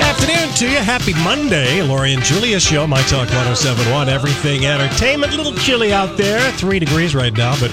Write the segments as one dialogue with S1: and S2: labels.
S1: Afternoon to you. Happy Monday. Lori and Julia show, My Talk 1071, Everything Entertainment. A little chilly out there, three degrees right now, but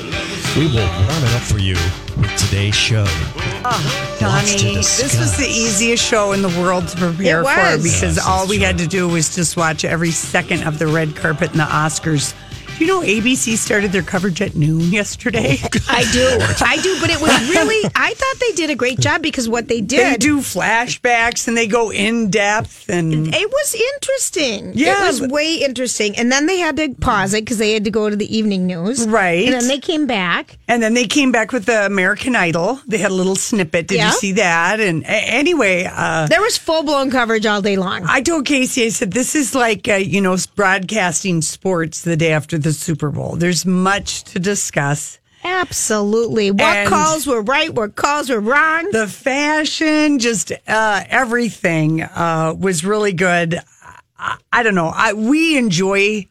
S1: we will warm it up for you with today's show. Lots to
S2: Ah, Donnie, this was the
S1: discuss.
S2: easiest show in the world to prepare
S3: It
S2: for
S3: was.
S2: because
S1: Yes,
S2: all
S1: that's
S2: we had
S1: true.
S2: to do was just watch every second of the red carpet and the Oscars. Do you know ABC started their coverage at noon yesterday?
S1: Oh,
S3: I do. I do, but it was really I thought they did a great job because what they did
S2: they do flashbacks and they go in depth and
S3: it was interesting.
S2: Yeah,
S3: It was
S2: but-
S3: way interesting. And then they had to pause it because they had to go to the evening news.
S2: Right.
S3: And then they came back.
S2: and then they came back with the American Idol. They had a little snippet. Did
S3: Yeah.
S2: you see that? And a- anyway, uh,
S3: There was full blown coverage all day long.
S2: I told Casey, I said, this is like, uh, you know, broadcasting sports the day after the Super Bowl. There's much to discuss.
S3: Absolutely. What
S2: And-
S3: calls were right, what calls were wrong.
S2: the fashion, just uh, everything uh, was really good. I, I don't know. I we enjoy.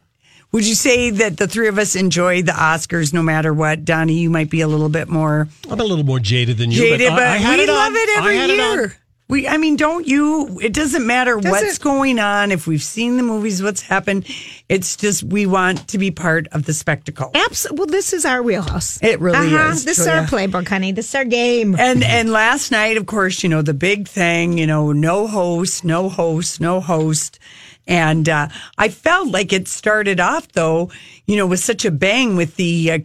S2: Would you say that the three of us enjoy the Oscars no matter what? Donnie, you might be a little bit more
S1: I'm a little more jaded than you,
S2: jaded, but,
S1: I, I had
S2: we
S1: it on.
S2: love it
S1: I
S2: every
S1: had on.
S2: year. we, I mean, don't you? It doesn't matter what's
S3: it?
S2: going on. If we've seen the movies, what's happened, it's just we want to be part of the spectacle.
S3: Abs- well, this is our wheelhouse.
S2: It really
S3: Uh-huh.
S2: is,
S3: This is our
S2: Julia.
S3: playbook, honey. This is our game.
S2: And and last night, of course, you know the big thing. You know, no host, no host, no host. And uh, I felt like it started off though, you know, with such a bang with the uh,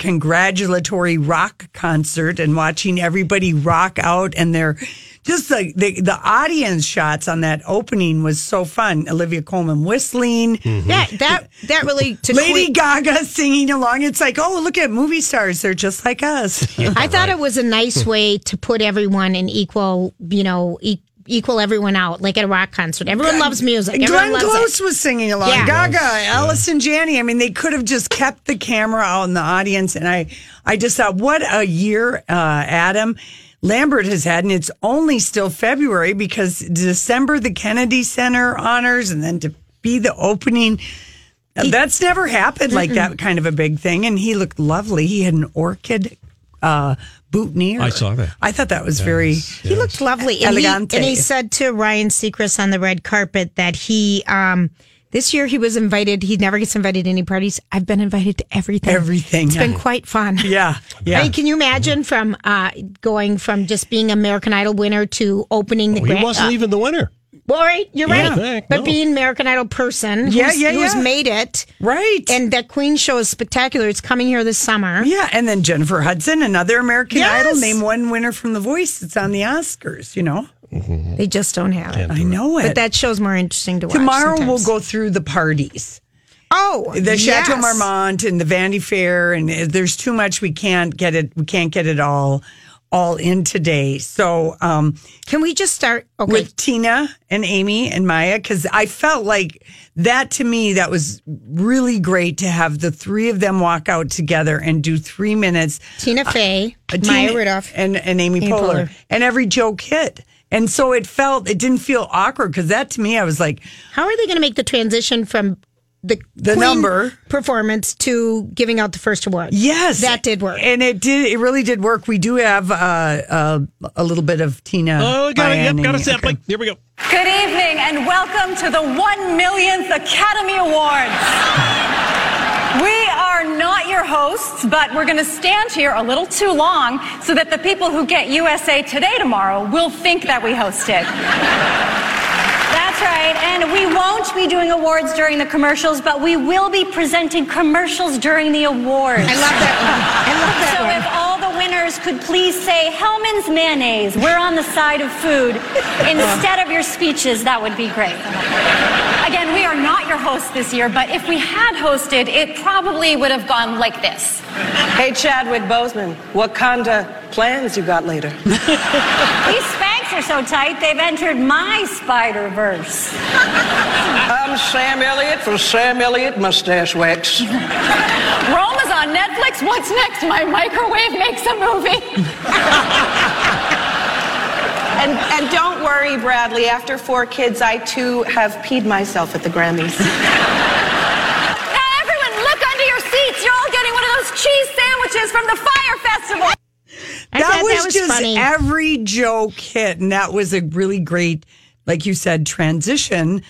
S2: congratulatory rock concert and watching everybody rock out and their just like the, the audience shots on that opening was so fun. Olivia Coleman whistling.
S3: That that that really to
S2: Lady
S3: quit-
S2: Gaga singing along. It's like, oh, look at movie stars. They're just like us.
S3: I thought it was a
S1: Hmm.
S3: nice way to put everyone in equal, you know, e- equal everyone out, like at a rock concert. Everyone loves music. Everyone
S2: Glenn
S3: loves
S2: Close
S3: it.
S2: was singing along.
S3: Yeah.
S2: Gaga, Allison Janney. I mean, they could have just kept the camera out in the audience. And I, I just thought, what a year, uh, Adam Lambert has had. And it's only still February because December, the Kennedy Center honors, and then to be the opening. Now, That's never happened like that kind of a big thing. And he looked lovely. He had an orchid uh, boutonniere.
S1: I saw that.
S2: I thought that was very.
S3: He looked lovely. And he, and
S2: Elegante.
S3: he said to Ryan Seacrest on the red carpet that he, um, this year he was invited. He never gets invited to any parties. I've been invited to everything.
S2: Everything,
S3: It's been
S2: yeah.
S3: quite fun.
S2: Yeah. Yeah.
S3: I mean, can you imagine from uh, going from just being American Idol winner to opening the
S1: Well, Oh, he
S3: grand-
S1: wasn't
S3: uh,
S1: even the winner.
S2: Mm.
S3: Well, right, you're
S1: Yeah,
S3: right.
S1: heck,
S3: but
S1: no.
S3: being American Idol person,
S2: Yeah,
S3: who's,
S2: yeah,
S3: who's
S2: yeah.
S3: made it,
S2: Right.
S3: and that Queen show is spectacular. It's coming here this summer.
S2: Yeah, and then Jennifer Hudson, another American
S3: Yes.
S2: Idol. Name one winner from The Voice. It's on the Oscars. You know,
S3: They just don't have it.
S2: I know it.
S3: But that show's more interesting to watch.
S2: tomorrow
S3: sometimes.
S2: we'll go through the parties,
S3: Oh,
S2: the Chateau
S3: yes.
S2: Marmont and the Vanity Fair, and uh, there's too much. We can't get it. We can't get it all, all in today. So um,
S3: Can we just start? Okay,
S2: with Tina and Amy and Maya, because I felt like that to me that was really great to have the three of them walk out together and do three minutes.
S3: Tina Fey,
S2: Uh,
S3: Maya
S2: Tina
S3: Rudolph.
S2: and, and Amy,
S3: Amy
S2: Poehler.
S3: Poehler.
S2: And every joke hit. And so it felt, it didn't feel awkward because that to me, I was like,
S3: How are they going to make the transition from the
S2: The
S3: Queen
S2: number.
S3: performance to giving out the first award?
S2: yes.
S3: that did work.
S2: And it did, it really did work. We do have uh, uh, a little bit of Tina.
S1: Oh, got
S2: Maya,
S1: it.
S2: and
S1: Yep, got a
S2: Amy.
S1: sampling. Here we go.
S4: Good evening and welcome to the one millionth Academy Awards. We are are not your hosts, but we're going to stand here a little too long so that the people who get USA Today tomorrow will think that we hosted. That's right. And we won't be doing awards during the commercials, but we will be presenting commercials during the awards.
S3: I love that one. I love that
S4: So
S3: one.
S4: if all the winners could please say Hellman's mayonnaise, we're on the side of food, instead of your speeches, that would be great. Again, we are not your host this year, but if we had hosted, it probably would have gone like this.
S5: Hey, Chadwick Boseman, Wakanda plans you got later?
S4: These spanks are so tight, they've entered my Spider Verse.
S5: I'm Sam Elliott for Sam Elliott Mustache Wax.
S4: Rome is on Netflix. What's next? My microwave makes a movie.
S6: And, and don't worry, Bradley. After four kids, I too have peed myself at the Grammys.
S4: Now, everyone, look under your seats. You're all getting one of those cheese sandwiches from the Fire Festival.
S3: I thought that was
S2: just
S3: funny.
S2: every joke hit, and that was a really great, like you said, transition.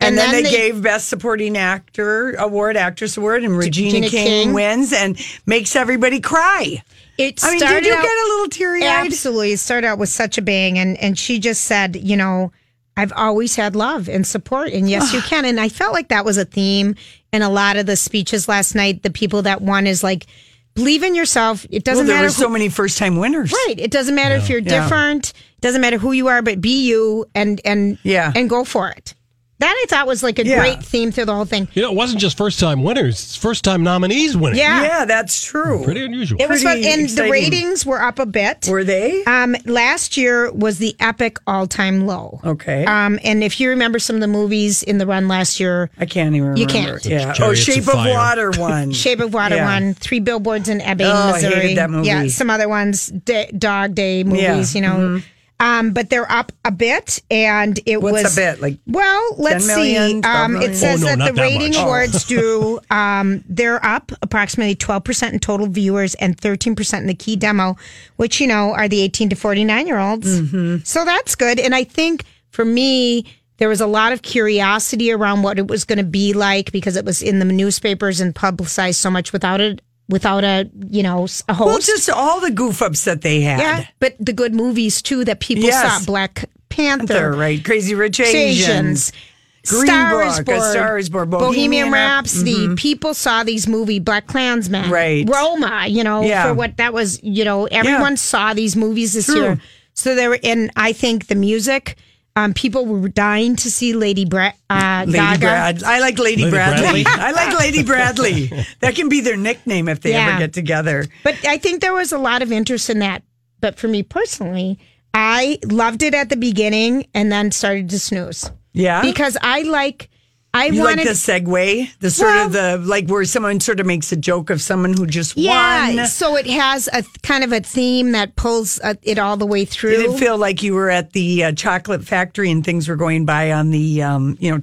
S2: And,
S3: And
S2: then, they,
S3: then they-
S2: gave Best Supporting Actor Award, Actress Award, and Regina,
S3: Regina
S2: King,
S3: King.
S2: wins and makes everybody cry.
S3: It
S2: I mean, did
S3: started
S2: you
S3: out-
S2: get a little teary-eyed?
S3: Absolutely. It started out with such a bang. And, and she just said, you know, I've always had love and support. And yes, you can. And I felt like that was a theme in a lot of the speeches last night. The people that won is like, believe in yourself. It
S2: Well,
S3: doesn't
S2: there
S3: matter.
S2: were so many first time winners.
S3: Right. It doesn't matter if you're
S2: Yeah.
S3: different. Doesn't matter who you are, but be you and and
S2: Yeah.
S3: and go for it. That I thought was like a
S2: Yeah.
S3: great theme through the whole thing.
S1: You know, it wasn't just first time winners, it's first time nominees winning.
S3: Yeah.
S2: Yeah, that's true.
S1: Pretty unusual.
S3: It was fun,
S2: Pretty
S3: and the
S2: exciting.
S3: ratings were up a bit.
S2: Were they?
S3: Um, last year was the epic all-time low.
S2: Okay.
S3: Um, and if you remember some of the movies in the run last year,
S2: I can't even remember.
S3: You can't.
S2: Yeah. Oh,
S1: Chariots of
S2: Shape of,
S1: Fire.
S2: Water one.
S3: Shape of Water
S2: Yeah.
S3: one, Three Billboards in Ebbing,
S2: Oh, I hated
S3: Missouri.
S2: that movie.
S3: Yeah, some other ones, D- Dog Day movies.
S2: Yeah. mm-hmm.
S3: You know. Um, but they're up a bit, and it
S2: What's
S3: was
S2: a bit? Like
S3: well, let's
S2: 10
S3: see.
S2: million, 12
S3: Um, it
S2: million? Oh.
S3: says
S1: Oh, no,
S3: that
S1: not
S3: the
S1: that
S3: rating
S1: much.
S3: awards do. Um, they're up approximately 12% in total viewers and 13% in the key demo, which, you know, are the 18 to 49 year
S2: Mm-hmm.
S3: olds. So that's good. And I think for me, there was a lot of curiosity around what it was going to be like because it was in the newspapers and publicized so much without it, without a, you know, s- a host.
S2: Well, just all the goof ups that they had.
S3: yeah, but the good movies too that people
S2: Yes.
S3: saw Black Panther,
S2: They're right. Crazy Rich Asians.
S3: Asians.
S2: Green
S3: Star is
S2: Book, A
S3: Born,
S2: Star is Born,
S3: Bohemian,
S2: Bohemian Rhap- Mm-hmm.
S3: Rhapsody. People saw these movie Black Klansman,
S2: Right.
S3: Roma. You know,
S2: Yeah.
S3: for what that was. You know, everyone
S2: Yeah.
S3: saw these movies this
S2: True.
S3: year. So they were, and I think the music. Um, people were dying to see Lady, Bra- uh,
S2: Lady
S3: Gaga.
S2: Brad. I like Lady,
S1: Lady
S2: Bradley.
S1: Bradley?
S2: I like Lady Bradley. That can be their nickname if they
S3: Yeah.
S2: ever get together.
S3: But I think there was a lot of interest in that. But for me personally, I loved it at the beginning and then started to snooze
S2: Yeah.
S3: because I like. I
S2: you
S3: wanted
S2: like the segue, the sort of the like where someone sort of makes a joke of someone who just
S3: Yeah,
S2: won.
S3: so it has a th- kind of a theme that pulls uh, it all the way
S2: You
S3: through.
S2: didn't feel like you were at the uh, chocolate factory and things were going by on the, um, you know,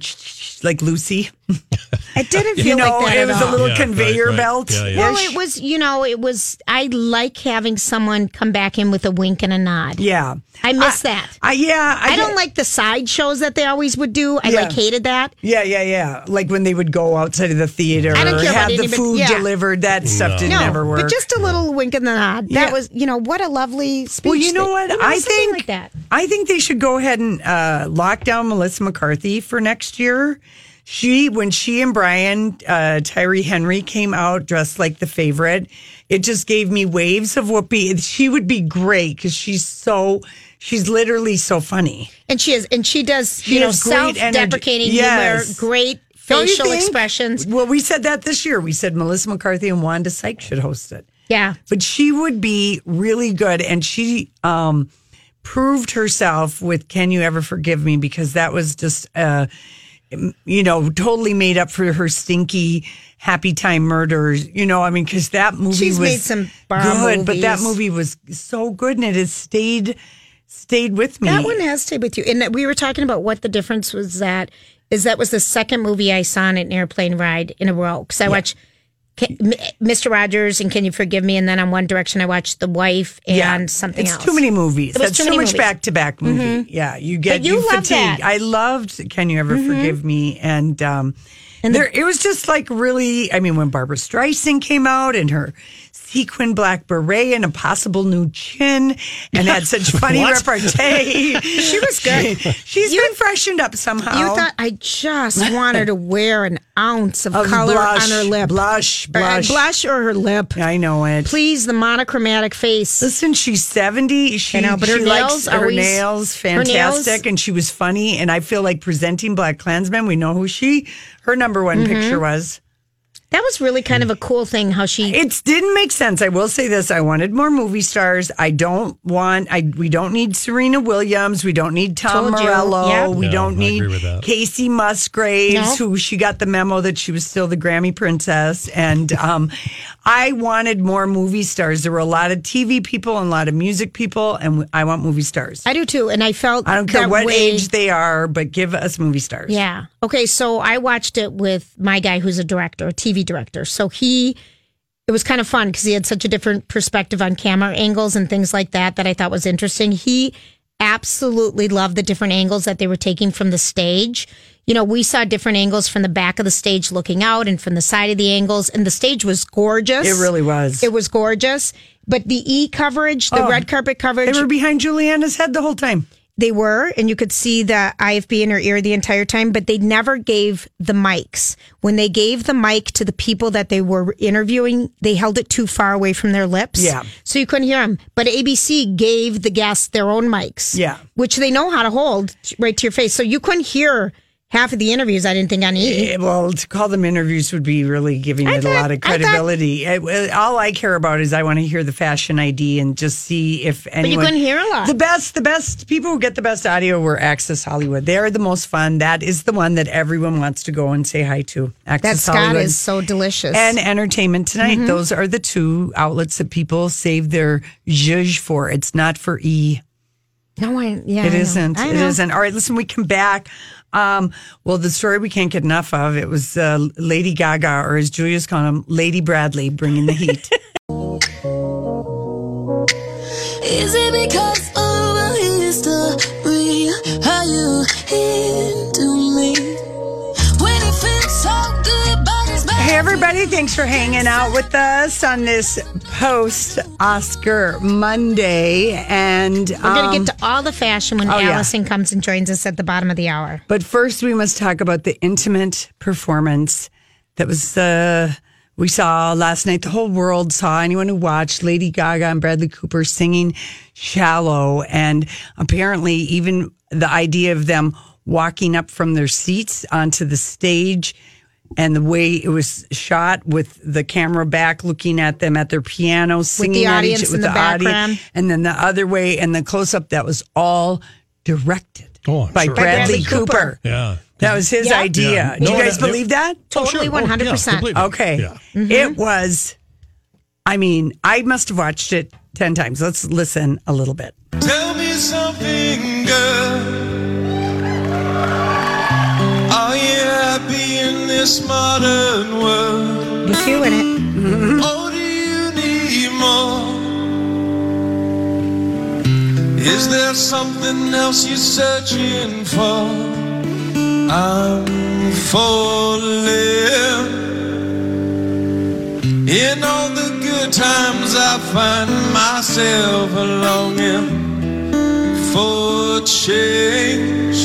S2: like Lucy.
S3: it didn't feel
S2: You know,
S3: like that
S2: it
S3: at
S2: was a
S3: all.
S2: little
S1: Yeah, right,
S2: conveyor
S1: right.
S2: belt.
S1: Yeah, yeah.
S3: well, it was, you know, it was. I like having someone come back in with a wink and a nod.
S2: Yeah.
S3: I miss that.
S2: I, yeah.
S3: I don't
S2: get-
S3: like the side shows that they always would do. I
S2: Yeah.
S3: like hated that.
S2: Yeah, yeah, yeah. Like when they would go outside of the theater
S3: I don't
S2: or
S3: care about
S2: have the
S3: anybody-
S2: food
S3: yeah.
S2: delivered. That stuff did
S3: No,
S2: never work.
S3: but just a little wink and a nod. That
S2: Yeah.
S3: was, you know, what a lovely speech.
S2: well, you know what?
S3: that- you
S2: I
S3: something
S2: think
S3: like that.
S2: I think they should go ahead and uh, lock down Melissa McCarthy for next year. She, when she and Brian uh, Tyree Henry came out dressed like the favorite, it just gave me waves of Whoopi. She would be great because she's so she's literally so funny.
S3: And she is, and she does,
S2: She
S3: you know,
S2: has great energy.
S3: self-deprecating
S2: Yes.
S3: humor, great
S2: Don't you
S3: facial
S2: think?
S3: expressions.
S2: Well, we said that this year. We said Melissa McCarthy and Wanda Sykes should host it.
S3: Yeah.
S2: but she would be really good and she um proved herself with can you ever forgive me because that was just uh you know totally made up for her stinky happy time murders you know i mean because that movie
S3: She's
S2: was
S3: made some bomb
S2: good but that
S3: movies.
S2: movie was so good and it has stayed stayed with me
S3: That one has stayed with you. And that we were talking about what the difference was that is that was the second movie I saw on an airplane ride in a row because I watched Ca- M- Mr. Rogers and Can You Forgive Me, and then on One Direction I watched The Wife and something
S2: it's
S3: else.
S2: too many movies.
S3: It was
S2: That's
S3: too
S2: too,
S3: many
S2: much
S3: movies. Mm-hmm.
S2: back-to-back movie. Yeah, you get
S3: But you love
S2: fatigue.
S3: that. Mm-hmm.
S2: I loved "Can You Ever Forgive Me" and um,
S3: And
S2: there, it was just like really. I mean, when Barbara Streisand came out and her sequin black beret and a possible new chin, and had such funny
S1: What?
S2: repartee, she was good. She, has been freshened up somehow.
S3: You thought I just want her to wear an ounce of,
S2: Of
S3: color
S2: blush,
S3: on her lip.
S2: blush,
S3: Or, uh,
S2: blush.
S3: blush or her lip.
S2: I know it.
S3: Please, the monochromatic face.
S2: Listen, she's seventy. She,
S3: I know, but her
S2: she likes
S3: nails
S2: her
S3: always-
S2: nails,
S3: her nails-
S2: fantastic, and she was funny. And I feel like presenting Black Klansmen. We know who she, her number one
S3: Mm-hmm.
S2: picture was.
S3: That was really kind of a cool thing how she
S2: It didn't make sense. I will say this: I wanted more movie stars. I don't want. I we don't need Serena Williams. We don't need Tom
S3: Told you.
S2: Morello.
S3: Yep.
S2: We
S1: No,
S2: don't
S1: I agree with
S2: need
S1: that.
S2: Casey Musgraves,
S3: No.
S2: who she got the memo that she was still the Grammy princess. And um, I wanted more movie stars. There were a lot of TV people and a lot of music people, and I want movie stars.
S3: I do too, and I felt
S2: I don't care
S3: that
S2: what
S3: way-
S2: age they are, but give us movie stars.
S3: Yeah. Okay. So I watched it with my guy who's a director, a TV director. So he, it was kind of fun because he had such a different perspective on camera angles and things like that that I thought was interesting. He absolutely loved the different angles that they were taking from the stage. You know, we saw different angles from the back of the stage looking out and from the side of the angles, and the stage was gorgeous.
S2: It really was.
S3: It was gorgeous. But the E coverage,
S2: Oh,
S3: the red carpet coverage,
S2: They were behind Juliana's head the whole time.
S3: they were, and you could see the IFB in her ear the entire time, but they never gave the mics. When they gave the mic to the people that they were interviewing, they held it too far away from their lips.
S2: Yeah.
S3: So you couldn't hear them. But ABC gave the guests their own mics.
S2: Yeah.
S3: Which they know how to hold right to your face. So you couldn't hear half of the interviews, I didn't think, on E.
S2: Eh, well, to call them interviews would be really giving
S3: I
S2: it a
S3: thought-
S2: lot of
S3: I thought-
S2: credibility. Eh, well, all I care about is I want to hear the fashion ID and just see if anyone.
S3: couldn't hear a lot.
S2: The best, the best people who get the best audio were Access Hollywood. They are the most fun. That is the one that everyone wants to go and say hi to.
S3: That
S2: Access
S3: Scott
S2: Hollywood
S3: is so Mm-hmm. delicious.
S2: and Entertainment Tonight. Those are the two outlets that people save their zhuzh for. It's not for e.
S3: no, I, yeah. I
S2: It
S3: know.
S2: isn't.
S3: I
S2: It
S3: know.
S2: isn't. All right, listen, we come back. Um, well, the story we can't get enough of. It was uh, Lady Gaga, or as Julia's calling him, Lady Bradley, bringing the heat.
S7: Is it because of a history? Are you into me? When it feels so good, but it's bad.
S2: hey, everybody! Thanks for hanging out with us on this post-Oscar Monday, and
S3: We're going to
S2: um,
S3: get to all the fashion when
S2: Oh, yeah.
S3: Allison comes and joins us at the bottom of the hour.
S2: But first, we must talk about the intimate performance that was uh, we saw last night. The whole world saw. Anyone who watched Lady Gaga and Bradley Cooper singing "Shallow," and apparently, even the idea of them walking up from their seats onto the stage. And the way it was shot with the camera back looking at them at their piano, singing at each,
S3: audience in the background.
S2: and then the other way, and the close up that was all directed
S1: Oh, I'm
S2: by
S1: sure it
S2: Bradley,
S3: was.
S2: Cooper.
S1: Yeah.
S2: That was his
S3: Yeah.
S2: idea.
S1: Yeah.
S2: Do
S1: No,
S2: you guys
S1: that-
S2: believe that?
S3: Totally
S1: Oh, yeah,
S3: 100%.
S1: completely.
S2: Okay.
S1: Yeah.
S3: Mm-hmm.
S2: It was, I mean, I must have watched it 10 times. Let's listen a little bit.
S8: Tell me something, girl. Are you happy in this modern world?
S3: You're feeling it.
S8: Or do you need more? Is there something else you're searching for? I'm falling. In all the good times, I find myself longing for change.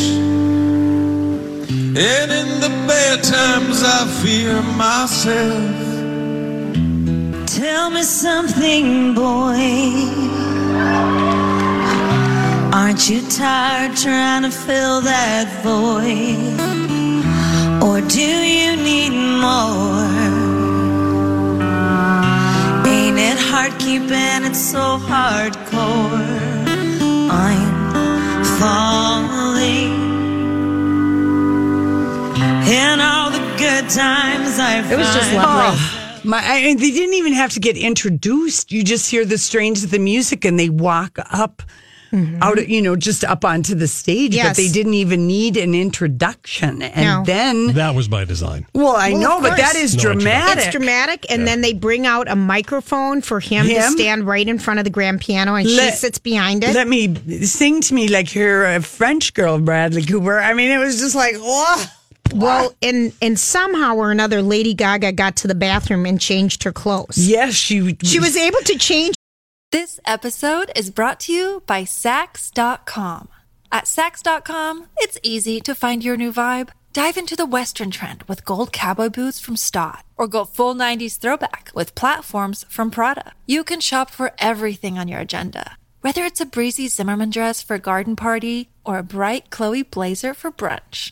S8: And in the bad times, I fear myself.
S7: Tell me something, boy. Aren't you tired trying to fill that void? Or do you need more? Ain't it hard keeping it so hardcore? I'm falling. In all the good times I've
S3: It was just lovely.
S2: Oh, my, I, and they didn't even have to get introduced. You just hear the strains of the music and they walk up. Out, you know, just up onto the stage, but
S3: Mm-hmm. Yes.
S2: they didn't even need an introduction. And
S3: No.
S2: then,
S1: That was by design.
S2: well, I
S3: Well,
S2: know,
S3: of
S2: but that
S3: course.
S2: is
S1: No introduction.
S2: dramatic.
S3: It's dramatic, and then they bring out a microphone for him, to
S2: Him?
S3: stand right in front of the grand piano, and she
S2: Let-
S3: sits behind it.
S2: Let me sing to me like you're a French girl, Bradley Cooper. I mean, it was just like, oh,
S3: Well, and and somehow or another, Lady Gaga got to the bathroom and changed her clothes.
S2: Yes, she
S3: She was able to change
S9: This episode is brought to you by Sax.com. At Sax.com, it's easy to find your new vibe. Dive into the Western trend with gold cowboy boots from Stott, or go full 90s throwback with platforms from Prada. You can shop for everything on your agenda, whether it's a breezy Zimmerman dress for a garden party or a bright Chloe blazer for brunch.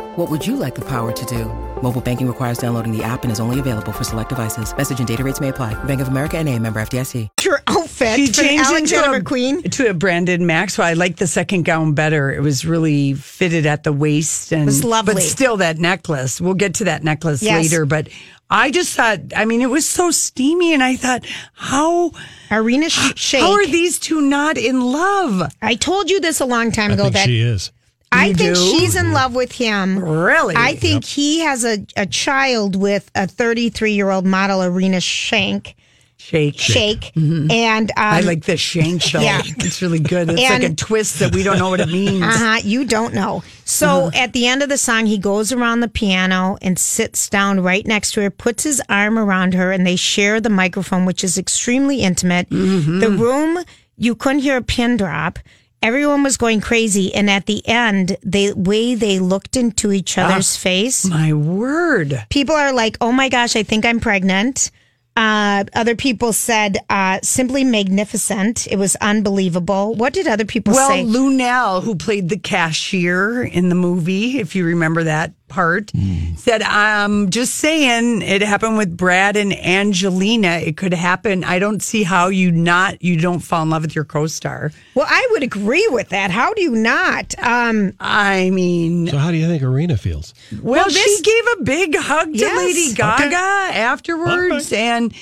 S10: What would you like the power to do? Mobile banking requires downloading the app and is only available for select devices. Message and data rates may apply. Bank of America and a member FDIC.
S3: her outfit
S2: She
S3: for
S2: changed
S3: Alexander
S2: into a,
S3: McQueen.
S2: to a Brandon Maxwell. I liked the second gown better. It was really fitted at the waist and
S3: was lovely.
S2: But still, that necklace. We'll get to that necklace
S3: Yes.
S2: later. But I just thought. I mean, it was so steamy, and I thought, how
S3: Arena sh- Shake.
S2: how are these two not in love?
S3: I told you this a long time
S1: I
S3: ago
S1: think
S3: that
S1: she is.
S3: I
S2: You
S3: think
S2: do?
S3: she's in love with him.
S2: Really?
S3: I think he has a, a child with a 33 year old model, Arena Shank.
S2: Shake,
S3: Shake. And um,
S2: Mm-hmm. I like the shank though.
S3: Yeah.
S2: It's really good. It's like a
S3: And-
S2: twist that we don't know what it means.
S3: Uh-huh, you don't know. So at the end of the song, he goes around the piano and sits down right next to her, puts his arm around her, and they share the microphone, which is extremely intimate. The room, you couldn't hear a pin drop. Everyone was going crazy. And at the end, the way they looked into each other's face,
S2: My word.
S3: people are like, oh my gosh, I think I'm pregnant. Uh, other people said, uh, simply magnificent. It was unbelievable. What did other people
S2: Well,
S3: say?
S2: Lunell, who played the cashier in the movie, if you remember that part, said, I'm just saying it happened with Brad and Angelina. It could happen. I don't see how you not, you don't fall in love with your co star.
S3: Well, I would agree with that. How do you not? Um,
S2: I mean,
S1: So how do you think Arena feels?
S2: Well,
S3: this-
S2: she gave a big hug to
S3: Yes.
S2: Lady Gaga afterwards, and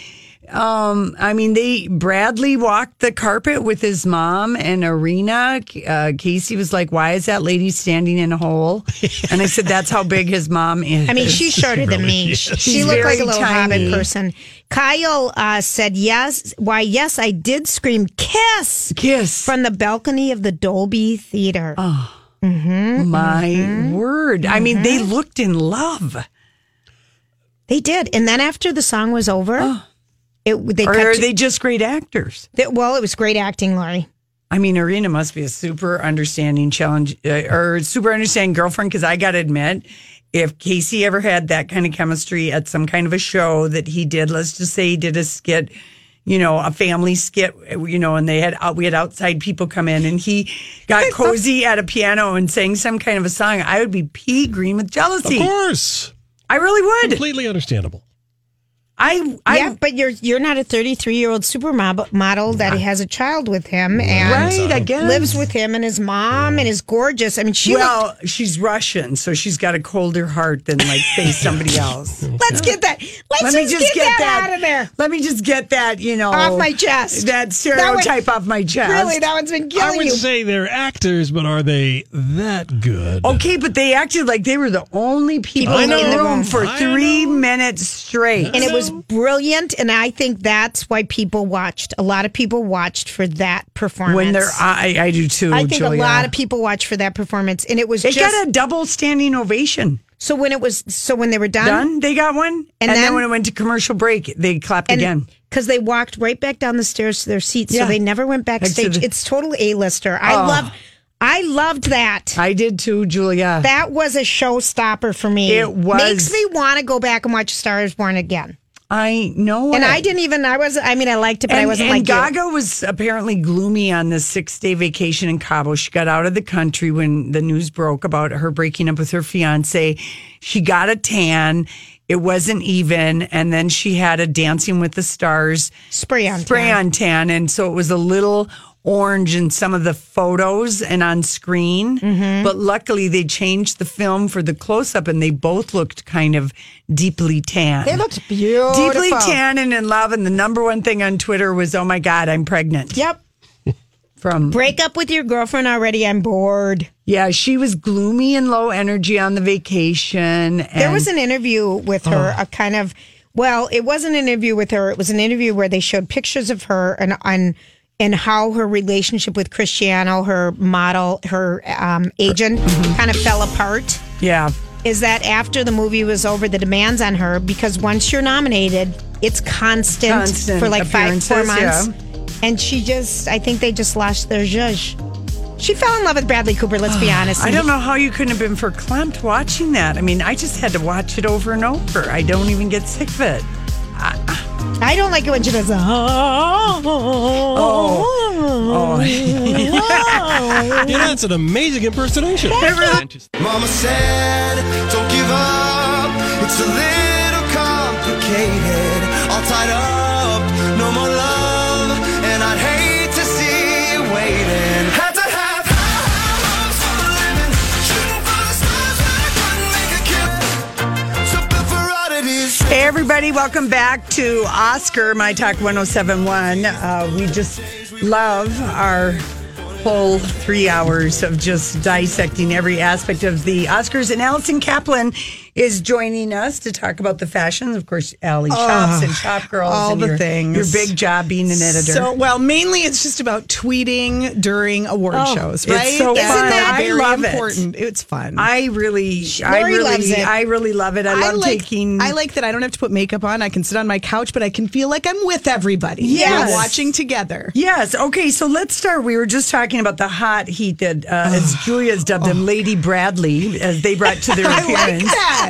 S2: um, I mean, they Bradley walked the carpet with his mom and Arena. Uh, Casey was like, "Why is that lady standing in a hole?" And I said, "That's how big his mom is."
S3: I mean, she's shorter than me. She
S2: She's
S3: looked like
S2: very
S3: a little
S2: tiny.
S3: hobbit person. Kyle uh, said, "Yes, why? Yes, I did scream kiss
S2: kiss.
S3: from the balcony of the Dolby Theater."
S2: Oh. My
S3: Mm-hmm.
S2: word! I mean, they looked in love.
S3: They did, and then after the song was over, it they
S2: Oh. Or
S3: cut
S2: are
S3: to-
S2: they just great actors?
S3: that- well, it was great acting, Laurie.
S2: I mean, Arena must be a super understanding challenge uh, or super understanding girlfriend because I got to admit, if Casey ever had that kind of chemistry at some kind of a show that he did, let's just say he did a skit, you know, a family skit, you know, and they had out we had outside people come in and he got cozy at a piano and sang some kind of a song, I would be pea green with
S1: Of
S2: jealousy.
S1: course.
S2: I really would.
S1: Completely understandable.
S2: I, I
S3: yeah, but you're you're not a 33 year old supermodel model that has a child with him and
S2: Ah. right, I guess.
S3: lives with him and his mom and is gorgeous. I mean, she looked
S2: well, she's Russian, so she's got a colder heart than like say somebody else.
S3: Let's get that. Let's
S2: Let me
S3: just,
S2: just
S3: get, that, out of there.
S2: Let me just get that, you know,
S3: Off my chest.
S2: Oh, That stereotype off my chest.
S3: Really, that one's been
S1: I
S3: killing
S1: would
S3: you.
S1: say they're actors, but are they that good?
S2: Okay, but they acted like they were the only people
S3: I
S2: in the
S3: know.
S2: room for
S1: I
S2: three
S1: know.
S2: minutes straight.
S3: and it was brilliant, and I think that's why people watched. A lot of people watched for that performance.
S2: when they're, I, I do too.
S3: I think
S2: Julia.
S3: a lot of people watched for that performance, and it was
S2: They
S3: just
S2: got a double standing ovation.
S3: so when it was so when they were done,
S2: Done. They got one, and, then,
S3: then-
S2: when it went to commercial break, they clapped again.
S3: because they walked right back down the stairs to their seats,
S2: Yeah.
S3: so they never went
S2: to
S3: backstage.
S2: the- Oh.
S3: it's total a lister. I love, I loved that.
S2: I did too, Julia.
S3: that was a showstopper for me.
S2: It was.
S3: makes me want to go back and watch Stars Born again.
S2: I know.
S3: And
S2: it.
S3: I didn't even. I was. I mean, I liked it, but I wasn't like you.
S2: Gaga was apparently gloomy on this six day vacation in Cabo. She got out of the country when the news broke about her breaking up with her fiance. She got a tan. It wasn't even, and then she had a Dancing with the Stars
S3: Spray on.
S2: spray
S3: tan.
S2: on tan, and so it was a little orange in some of the photos and on screen.
S3: Mm-hmm.
S2: But luckily, they changed the film for the close up, and they both looked kind of deeply tan.
S3: They looked beautiful.
S2: deeply tan and in love. And the number one thing on Twitter was, "Oh my God, I'm pregnant."
S3: Yep.
S2: From
S3: Break up with your girlfriend already. I'm bored.
S2: yeah, she was gloomy and low energy on the vacation. And
S3: There was an interview with her, a kind of, well, it wasn't an interview with her. It was an interview where they showed pictures of her and on and how her relationship with Cristiano, her model, her um, agent, kind of fell apart.
S2: yeah.
S3: Is that after the movie was over, the demands on her because once you're nominated, it's constant,
S2: Constant
S3: for like five, four
S2: appearances,
S3: months, and she just, I think they just lost their judge. She fell in love with Bradley Cooper. Let's be honest.
S2: I don't know how you couldn't have been verklempt watching that. I mean, I just had to watch it over and over. I don't even get sick of it.
S3: I don't like it when she does.
S2: Oh.
S1: Yeah, that's an amazing impersonation.
S8: Mama said, don't give up. It's a little complicated. All tied up, no more love. And I'd hate to see you waiting. Had to have high, high hopes for a living. Shooting for the stars, but I couldn't make a kill. So built for oddities.
S2: Hey, everybody, welcome back to Oscar, My Talk 1071. Uh, we just love our whole three hours of just dissecting every aspect of the Oscars. And Allison Kaplan is joining us to talk about the fashions. Of course, Allie shops and shop girls.
S11: Ah, all
S2: and
S11: the
S2: your,
S11: things.
S2: Your big job being an editor.
S11: So, well, mainly it's just about tweeting during award
S3: Oh.
S11: shows, right?
S2: it's so
S11: Isn't
S2: fun.
S11: that
S2: I
S11: very
S2: love it.
S11: important? It's fun.
S2: I really, I
S3: Lori
S2: really,
S3: loves it.
S2: I really love it. I love
S11: like,
S2: taking.
S11: I like that I don't have to put makeup on. I can sit on my couch, but I can feel like I'm with everybody.
S2: Yes.
S11: We're watching together.
S2: Yes. Okay. So let's start. We were just talking about the hot heat that, uh, as Julia's dubbed them, Lady Bradley, as they brought to their
S11: I like
S2: appearance.
S11: that.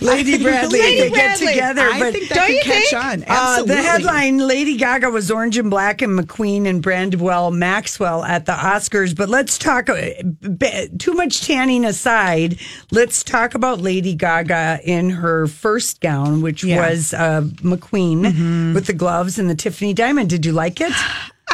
S2: Lady Bradley,
S11: Lady
S2: they
S11: Bradley.
S2: get together.
S11: I
S2: but
S11: think that Don't could you catch think? on.
S2: Uh, the
S11: Absolutely.
S2: headline: Lady Gaga was orange and black, and McQueen and Brandwell Maxwell at the Oscars. But let's talk. uh, b- Too much tanning aside, let's talk about Lady Gaga in her first gown, which
S11: Yeah. Mm-hmm.
S2: was uh, McQueen with the gloves and the Tiffany diamond. Did you like it?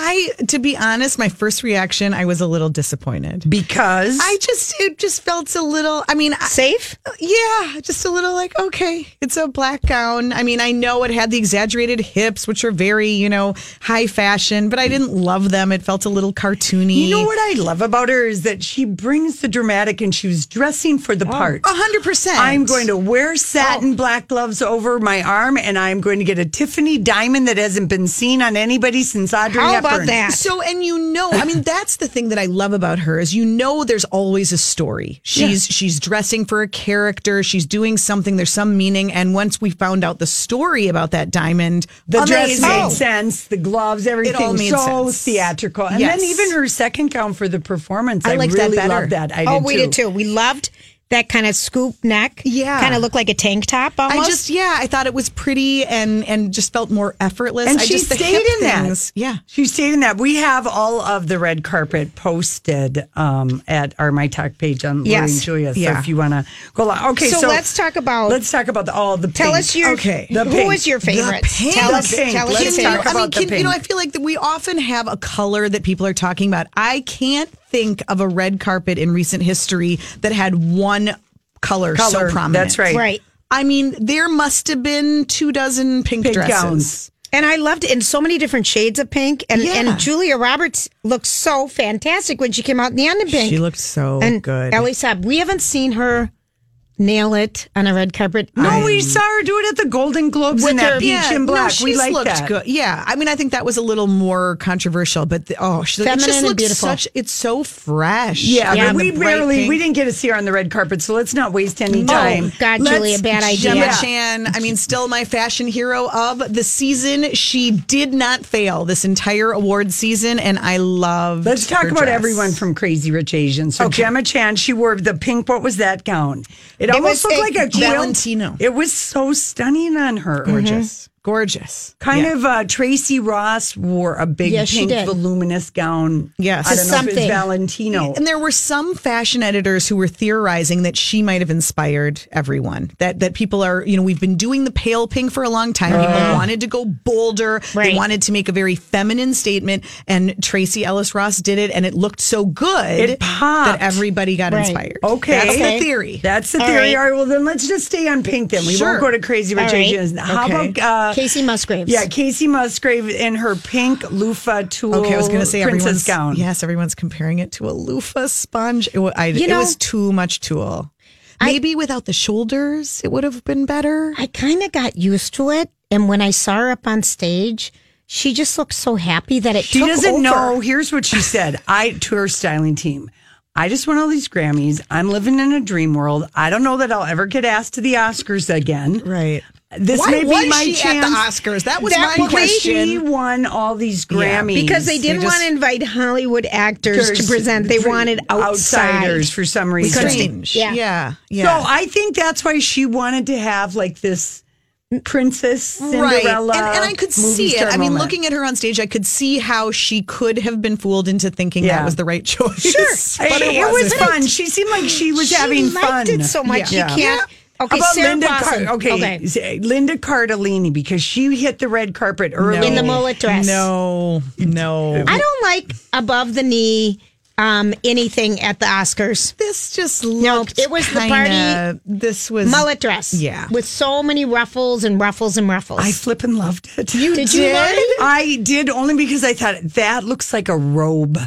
S11: I, to be honest, my first reaction, I was a little disappointed.
S2: Because
S11: I just, it just felt a little, I mean, I,
S3: Safe?
S11: Yeah, just a little like, okay, it's a black gown. I mean, I know it had the exaggerated hips, which are very, you know, high fashion, but I didn't love them. It felt a little cartoony.
S2: You know what I love about her is that she brings the dramatic and she was dressing for the part.
S11: A hundred percent.
S2: I'm going to wear satin black gloves over my arm and I'm going to get a Tiffany diamond that hasn't been seen on anybody since Audrey
S3: How about
S2: Hepburn.
S3: that?
S11: So, and you know, I mean, that's the thing that I love about her is you know, there's always a story. She's she's dressing for a character. She's doing something. There's some meaning. And once we found out the story about that diamond,
S2: The dress
S11: amazing.
S2: made sense, the gloves, everything
S11: made
S2: so
S11: sense.
S2: theatrical. And then
S11: Yes.
S2: even her second gown for the performance, I,
S11: I liked that
S2: really
S11: better.
S2: loved that. I
S3: oh,
S2: did
S3: we
S2: too.
S3: did too. We loved that kind of scoop neck.
S11: Yeah.
S3: kind of looked like a tank top almost.
S11: I just yeah, I thought it was pretty and and just felt more effortless.
S2: And
S11: I
S2: she
S11: just, the
S2: stayed
S11: hip
S2: in that.
S11: things. Yeah.
S2: She stayed in that. We have all of the red carpet posted um, at our My Talk page on Lori and
S3: Yes.
S2: Julia. So
S11: Yeah.
S2: if you want to go along. Okay, so,
S3: So let's talk about-
S2: Let's talk about the, all the
S3: tell
S2: pink.
S3: us your
S11: Okay.
S3: who
S2: The
S3: is
S2: pink.
S3: your favorite.
S11: pink.
S3: Tell
S11: The
S3: us,
S2: pink.
S3: tell us
S2: Let's
S3: your
S11: Can you-
S2: talk
S3: favorite.
S11: I mean,
S2: about the
S11: can, you know, I
S2: pink.
S11: feel like that we often have a color that people are talking about. I can't think of a red carpet in recent history that had one color,
S2: Color.
S11: so prominent.
S2: That's right.
S3: Right.
S11: I mean, there must have been two dozen pink,
S2: Pink
S11: dresses.
S2: gowns.
S3: And I loved it in so many different shades of pink. And
S11: Yeah.
S3: and Julia Roberts looked so fantastic when she came out in the onion pink.
S11: She looked so
S3: and
S11: good.
S3: Ellie said, "We haven't seen her nail it on a red carpet."
S2: No, we saw her do it at the Golden Globes in that
S11: her-
S2: peach
S11: yeah,
S2: and
S11: No,
S2: black.
S11: she's
S2: we like
S11: looked
S2: that.
S11: good. Yeah, I mean, I think that was a little more controversial, but the, oh, she it
S3: Feminine
S11: just
S3: and
S11: looks
S3: beautiful.
S11: such. It's so fresh.
S2: Yeah,
S3: Yeah,
S2: but
S11: And
S2: we
S11: the bright
S2: barely
S11: pink.
S2: we didn't get to see her on the red carpet, so let's not waste any time.
S3: God,
S2: Let's-
S3: Julia, bad idea.
S11: Gemma
S3: Yeah.
S11: Chan, I mean, still my fashion hero of the season. She did not fail this entire award season, and I love.
S2: Let's talk about everyone from Crazy Rich Asians. So Gemma Chan, she wore the pink. What was that gown? It, almost
S3: was
S2: looked
S3: a
S2: like a quilt.
S11: Valentino. Mm-hmm.
S2: It was so stunning on her. Gorgeous.
S11: Gorgeous.
S2: Kind of uh, Tracy Ross wore a big
S11: Yes, she
S2: pink
S11: did.
S2: voluminous gown.
S11: Yes.
S2: I
S11: To
S2: don't know if
S11: something.
S2: it's Valentino.
S11: And there were some fashion editors who were theorizing that she might have inspired everyone. That that people are, you know, we've been doing the pale pink for a long time.
S12: Uh.
S11: People wanted to go bolder.
S12: Right.
S11: They wanted to make a very feminine statement, and Tracy Ellis Ross did it, and it looked so good
S2: It popped.
S11: that everybody got
S2: Right.
S11: inspired.
S2: Okay.
S11: that's the theory.
S2: That's the theory. All right. Well, then let's just stay on pink then. We
S11: Sure.
S2: won't go to Crazy Rich
S11: All right.
S2: Asians. How
S11: Okay.
S2: about uh,
S13: Casey Musgraves?
S2: Yeah, Casey Musgrave in her pink loofah tulle
S11: Okay, I was going to say
S2: princess
S11: everyone's
S2: gown.
S11: Yes, everyone's comparing it to a loofah sponge. It, wa- I,
S2: You
S11: it
S2: know-
S11: was too much tulle. Maybe without the shoulders, it would have been better.
S13: I kind of got used to it, and when I saw her up on stage, she just looked so happy that it.
S2: She
S13: took
S2: doesn't
S13: over.
S2: know. Here's what she said. I to her styling team. I just won all these Grammys. I'm living in a dream world. I don't know that I'll ever get asked to the Oscars again.
S11: Right.
S2: This
S11: Why
S2: may
S11: was
S2: be my
S11: she at
S2: chance.
S11: the Oscars? That was my
S2: because
S11: question.
S2: She won all these Grammys
S3: because they didn't want to invite Hollywood actors to
S2: Actors,
S3: present. They
S2: for-
S3: wanted outside.
S2: outsiders for some
S3: We
S2: reason.
S3: couldn't- Yeah.
S11: Yeah.
S2: So I think that's why she wanted to have like this princess Cinderella.
S11: Right. And, and I could
S2: movie
S11: see it.
S2: star
S11: I mean,
S2: moment.
S11: looking at her on stage, I could see how she could have been fooled into thinking
S2: Yeah.
S11: that was the right choice.
S2: Sure.
S11: but
S2: it,
S11: it,
S2: it was
S11: wasn't.
S2: fun. She seemed like she was
S3: She
S2: having fun.
S3: liked it so much, you can't-
S2: How
S3: Okay,
S2: about
S3: Sarah
S2: Linda
S3: Blossom.
S2: Car- okay,
S3: Okay.
S2: Z- Linda Cardellini because she hit the red carpet early
S3: In the mullet dress.
S11: No, no.
S3: I don't like above the knee um, anything at the Oscars.
S11: This just
S3: no. It was the party
S11: kinda- This was
S3: mullet dress.
S11: Yeah.
S3: with so many ruffles and ruffles and ruffles. I
S2: flippin' loved it. You
S3: did. You love it?
S2: I did only because I thought that looks like a robe.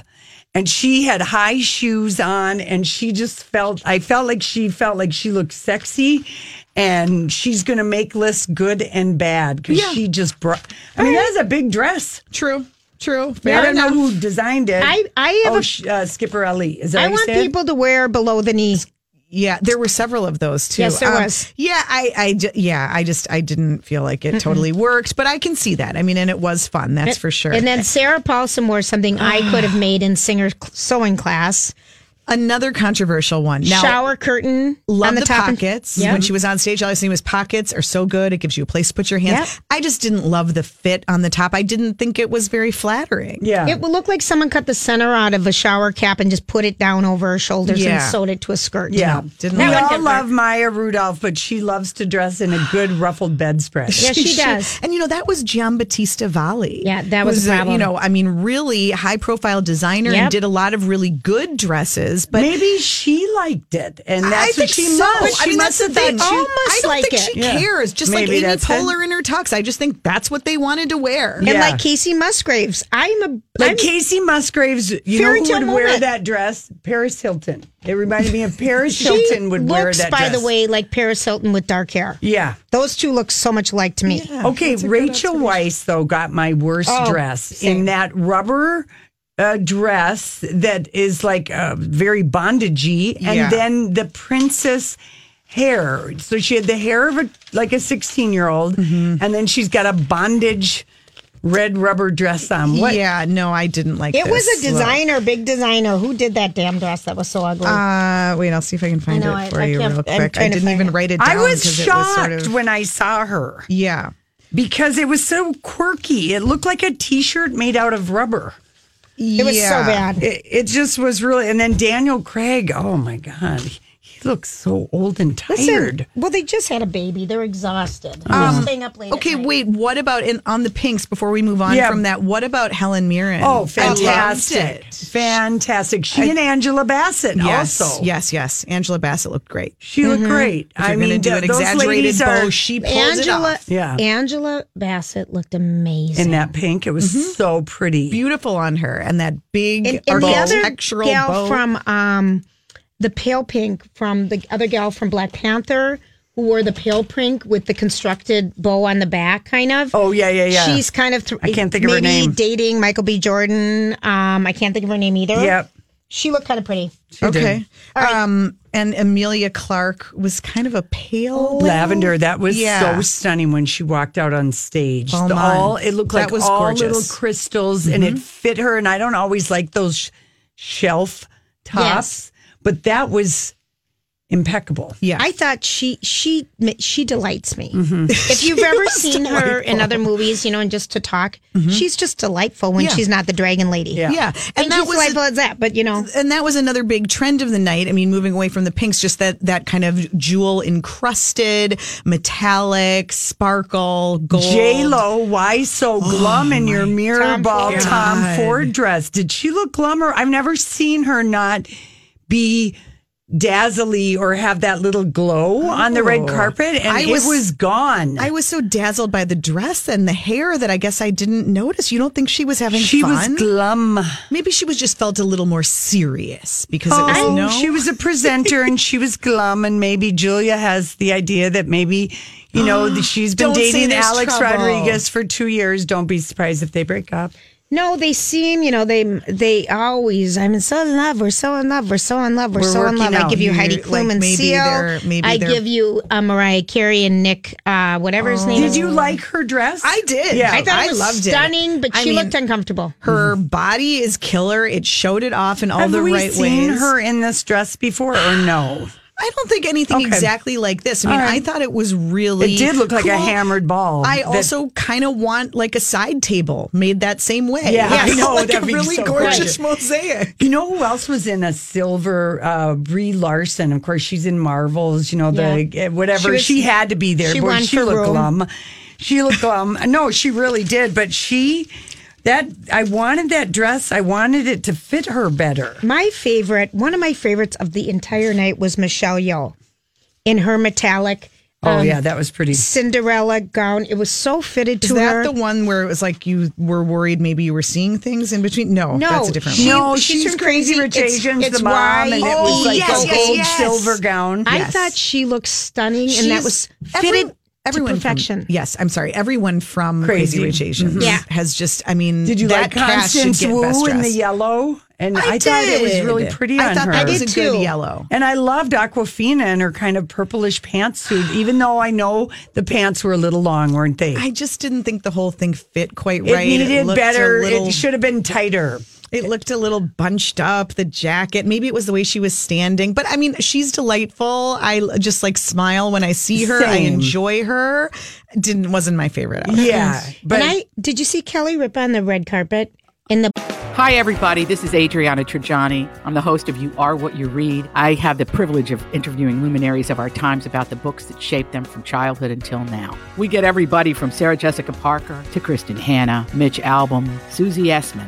S2: And she had high shoes on and she just felt I felt like she felt like she looked sexy and she's going to make lists good and bad cuz she just brought I mean that's a big dress.
S11: True. True.
S2: I don't know who designed it.
S3: I- I have
S2: oh,
S3: a-
S2: sh- uh, Skipper Ali. Is that
S3: I
S2: what you
S3: want
S2: said?
S3: people to wear below the knee.
S11: Yeah, there were several of those too. Um,
S3: Yes, there was.
S11: Yeah, I, I, ju- yeah, I just, I didn't feel like it
S3: Mm-mm.
S11: totally worked, but I can see that. I mean, and it was fun. That's for sure.
S3: And then Sarah Paulson wore something I could have made in singer cl- sewing class.
S11: Another controversial one. Now-
S3: Shower curtain
S11: Love
S3: on the,
S11: the,
S3: top and-
S11: pockets.
S3: Yeah.
S11: When she was on stage, all I was saying was pockets are so good. It gives you a place to put your hands.
S3: Yep.
S11: I just didn't love the fit on the top. I didn't think it was very flattering.
S3: It would look like someone cut the center out of a shower cap and just put it down over her shoulders and
S11: Yeah.
S3: sewed it to a skirt.
S2: Yeah,
S3: No,
S2: didn't
S3: that
S2: we
S3: one
S2: all
S3: could
S2: love
S3: work.
S2: Maya Rudolph, but she loves to dress in a good ruffled bedspread.
S3: Yeah, she does.
S11: And you know that was Giambattista Valli. Yeah,
S3: that was a problem.
S11: you know, Oh, I mean, really high profile designer
S2: Yep.
S11: and did a lot of really good dresses. But
S2: Maybe she liked it, and that's
S11: I
S2: what
S11: think
S2: she
S11: so.
S2: must.
S11: I
S2: She
S11: mean, that's
S2: must
S11: the
S2: have thought
S11: thing.
S2: she-
S11: I don't think she
S2: Yeah.
S11: cares. Just
S2: Maybe
S11: like Amy
S2: that's it.
S11: Poehler in her talks, I just think that's what they wanted to wear.
S3: And like Casey Musgraves, I'm a
S2: Like
S3: I'm-
S2: Casey Musgraves, you
S3: Fairy
S2: know who
S3: tale
S2: would wear
S3: moment.
S2: that dress? Paris Hilton. It reminded me of Paris
S3: She
S2: Hilton would wear
S3: looks,
S2: that
S3: by
S2: dress.
S3: the way, like Paris Hilton with dark hair.
S2: Yeah.
S3: Those two look so much alike to me.
S2: okay, Rachel Weisz though got my worst
S3: Oh,
S2: dress in that rubber uh, dress that is like uh, very bondagey, and
S11: Yeah.
S2: then the princess hair. So she had the hair of a like a sixteen year old,
S11: Mm-hmm.
S2: and then she's got a bondage red rubber dress on. What?
S11: Yeah, no, I didn't like
S3: It was a
S11: this look.
S3: designer, big designer. Who did that damn dress that was so ugly?
S11: Uh, wait, I'll see if I can find
S3: I know, I-
S11: it for
S3: I
S11: you
S3: can't-
S11: real
S3: I'm
S11: quick.
S3: trying
S11: I
S3: to
S11: didn't
S3: find
S11: even
S3: it.
S11: write it down.
S2: I was
S11: 'cause it
S2: shocked
S11: sort of-
S2: when I saw her
S11: yeah.
S2: because it was so quirky. It looked like a t-shirt made out of rubber.
S3: It was so
S2: Yeah.
S3: bad.
S2: It, it just was really. And then Daniel Craig. Oh my God, he looks so old and tired.
S3: Listen, well, they just had a baby. They're exhausted.
S11: Um,
S3: They're staying up late. at
S11: Okay,
S3: night.
S11: wait. What about in on the pinks? Before we move on
S2: Yeah.
S11: from that, what about Helen Mirren?
S2: Oh,
S11: I loved
S2: fantastic!
S11: it.
S2: Fantastic. She and Angela Bassett
S11: Yes,
S2: also.
S11: yes, yes. Angela Bassett looked great. Mm-hmm.
S2: She looked great.
S11: If you're
S2: I
S11: gonna
S2: mean,
S11: do
S2: th-
S11: an
S2: those
S11: exaggerated
S2: ladies
S11: bow.
S2: are-
S11: She pulls
S3: Angela,
S11: it off. Yeah,
S3: Angela Bassett looked amazing.
S2: in that pink. It was so pretty.
S11: Mm-hmm. beautiful on her, and that big
S3: and, and the other
S11: architectural
S3: gal
S11: bow.
S3: from um, the pale pink from the other gal from Black Panther who wore the pale pink with the constructed bow on the back, kind of.
S2: Oh yeah, yeah, yeah.
S3: She's kind of. Th-
S2: I can't think of her
S3: maybe
S2: name.
S3: Dating Michael B. Jordan. Um, I can't think of her name either.
S2: Yep.
S3: She looked kind of pretty.
S11: okay, um, and Amelia Clark was kind of a
S2: Oh,
S11: pale
S2: Lavender, that was
S11: Yeah.
S2: so stunning when she walked out on stage.
S4: Oh,
S2: The
S11: Almond.
S2: all it looked
S11: That
S2: like
S11: was
S2: all
S11: gorgeous.
S2: little crystals, and
S4: Mm-hmm.
S2: it fit her. And I don't always like those sh- shelf tops, but that was impeccable.
S4: Yeah.
S3: I thought she she she delights me.
S2: Mm-hmm.
S3: If you've ever
S4: was
S3: seen her in
S4: delightful.
S3: other movies, you know, and just to talk,
S2: Mm-hmm.
S3: she's just delightful when
S4: Yeah.
S3: she's not the dragon lady.
S4: Yeah.
S3: And, she's delightful as that, but you know.
S4: and that was another big trend of the night. I mean, moving away from the pinks, just that that kind of jewel encrusted, metallic, sparkle, gold.
S2: J Lo, why so glum in your mirror
S4: Oh, Tom
S2: ball
S4: Ford.
S2: Tom
S4: God.
S2: Ford dress? Did she look glum or I've never seen her not be dazzly or have that little glow on the red carpet and it was gone.
S4: Oh. I was so dazzled by the dress and the hair that I guess I didn't notice. You don't think she was having
S2: she was
S4: fun?
S2: glum.
S4: Maybe she was just felt a little more serious because it
S2: oh,
S4: was no.
S2: she was a presenter and she was glum and maybe Julia has the idea that maybe you know that she's been
S4: Don't say
S2: dating
S4: there's
S2: Alex
S4: trouble.
S2: Rodriguez for 2 years. Don't be surprised if they break up.
S3: No, they seem, you know, they they always. I'm so in love. We're so in love. We're so in love. We're,
S4: We're
S3: so in
S4: working
S3: love. I
S4: out.
S3: give you
S4: You're-
S3: Heidi
S4: like,
S3: Klum and
S4: maybe they're-
S3: Seal.
S4: maybe
S3: I
S4: they're- Oh.
S3: give you uh, Mariah Carey and Nick, uh, whatever his name.
S2: Did
S3: is.
S2: you like her dress?
S4: I did.
S2: Yeah.
S3: I thought it was
S4: loved
S3: stunning,
S4: it.
S3: but
S4: I
S3: she
S4: mean,
S3: looked uncomfortable.
S4: Her body is killer. It showed it off in all
S2: Mm-hmm. Have
S4: the
S2: we
S4: right
S2: seen
S4: ways.
S2: her in this dress before or no?
S4: I don't think anything
S2: Okay.
S4: exactly like this. I mean,
S2: All right.
S4: I thought it was really.
S2: It did look like a hammered ball.
S4: I
S2: That-
S4: also kind of want like a side table made that same way.
S2: Yeah, I
S3: Oh,
S2: know,
S4: like
S2: that'd
S4: a
S2: be
S4: really
S2: so
S4: gorgeous
S2: gorgeous.
S4: mosaic.
S2: You know who else was in a silver? Uh, Brie Larson. Of course, she's in Marvels. You know the eh, whatever. She,
S3: She was-
S2: had to be there.
S3: she
S2: Boy,
S3: won
S2: she
S3: for
S2: looked
S3: Rome.
S2: glum. She looked glum. No, she really did. But she that I wanted that dress. I wanted it to fit her better.
S3: My favorite, one of my favorites of the entire night was Michelle Yeoh in her metallic
S2: Oh
S3: Um,
S2: yeah, that was pretty.
S3: Cinderella gown. It was so fitted
S4: Is
S3: to
S4: that
S3: her.
S4: the one where it was like you were worried maybe you were seeing things in between? No,
S3: No,
S4: that's a different
S3: she-
S4: one.
S2: no,
S3: she
S2: she's
S3: turned
S2: crazy.
S3: crazy.
S2: Rich
S3: It's-
S2: Asians,
S3: it's
S2: the mom, and it
S3: Y-
S2: was
S3: Oh,
S2: like
S4: yes,
S2: a
S4: yes,
S2: gold
S4: yes.
S2: silver gown.
S3: I
S4: Yes.
S3: thought she looked stunning, and that
S4: She's-
S3: was
S4: every-
S3: fitted
S4: everyone
S3: to perfection.
S4: From, yes, I'm sorry. Everyone from Crazy,
S2: Crazy.
S4: Rich Asians
S3: Mm-hmm. Yeah.
S4: has just. I mean,
S2: Mm-hmm. Did you
S4: that
S2: like
S4: cast should
S2: Constance
S4: get best
S2: Wu in the
S4: dress.
S2: yellow? And I,
S4: I
S2: thought it was
S4: did.
S2: really pretty
S4: I
S2: on
S4: thought
S2: her.
S4: that was
S3: I
S4: a
S3: did
S4: good
S3: too.
S4: yellow.
S2: And I loved Aquafina in her kind of purplish pantsuit, even though I know the pants were a little long, weren't they?
S4: I just didn't think the whole thing fit quite
S2: it
S4: right.
S2: needed
S4: looked a
S2: better.
S4: little-
S2: It should have been tighter.
S4: It looked a little bunched up, the jacket. Maybe it was the way she was standing. But I mean, she's delightful. I l- just like smile when I see her. I
S2: Same.
S4: enjoy her. Didn't wasn't my favorite outfit.
S2: Yeah. But
S3: and I did you see Kelly Ripa on the red carpet in the
S14: Hi, everybody. This is Adriana Trajani. I'm the host of You Are What You Read. I have the privilege of interviewing luminaries of our times about the books that shaped them from childhood until now. We get everybody from Sarah Jessica Parker to Kristen Hanna, Mitch Albom, Susie Essman,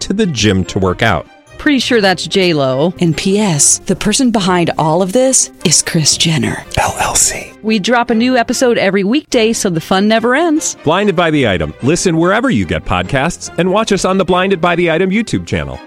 S10: to the gym to work out.
S11: Pretty sure that's J Lo. And P.S. The person behind all of this is Chris Jenner
S10: LLC.
S11: We drop a new episode every weekday, so the fun never ends.
S10: Blinded by the item. Listen wherever you get podcasts, and watch us on the Blinded by the Item YouTube channel.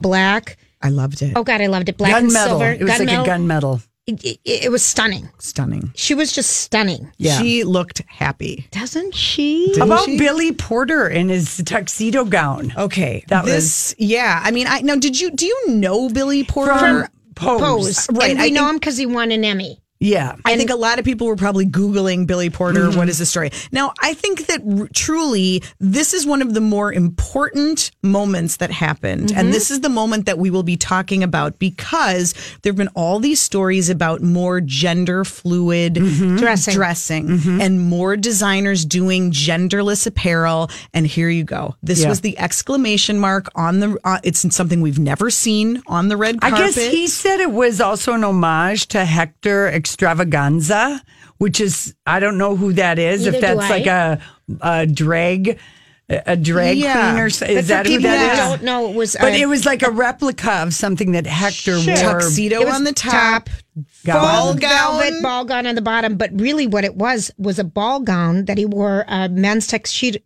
S3: black.
S4: I loved it.
S3: Oh God, I loved it. Black
S2: gunmetal.
S3: and silver.
S2: It was like
S3: gunmetal.
S2: a gunmetal.
S3: It, it- it was stunning.
S4: Stunning.
S3: She was just stunning,
S2: Yeah.
S4: She looked happy.
S3: doesn't she?
S4: Didn't
S2: About
S4: she?
S2: Billy Porter in his tuxedo gown.
S4: Okay.
S2: That
S4: this yeah. I mean, I now did you do you know Billy Porter?
S2: Pose.
S3: Pose.
S4: Right,
S3: And
S4: I
S3: we know
S4: think-
S3: him because he won an Emmy.
S2: Yeah.
S4: I think a lot of people were probably Googling Billy Porter. what is the story? Now, I think that r- truly this is one of the more important moments that happened. And this is the moment that we will be talking about because there have been all these stories about more gender fluid
S2: Hmm.
S3: Dressing.
S4: dressing and more designers doing genderless apparel. And here you go. This
S2: Yeah.
S4: was the exclamation mark on the, uh, it's something we've never seen on the red
S2: I
S4: carpet.
S2: guess he said it was also an homage to Hector Extravaganza, which is I don't know who that is.
S3: Neither
S2: if
S3: do
S2: that's
S3: I.
S2: like a, a drag a a drag
S3: Yeah.
S2: queen or so- is
S3: But for
S2: that who
S3: people
S2: that
S3: who
S2: is?
S3: don't know, it was
S2: But
S3: a-
S2: it was like a replica of something that Hector wore.
S3: It was
S2: Gown.
S3: ball gown, velvet ball gown on the bottom. But really, what it was was a ball gown that he wore a men's tuxedo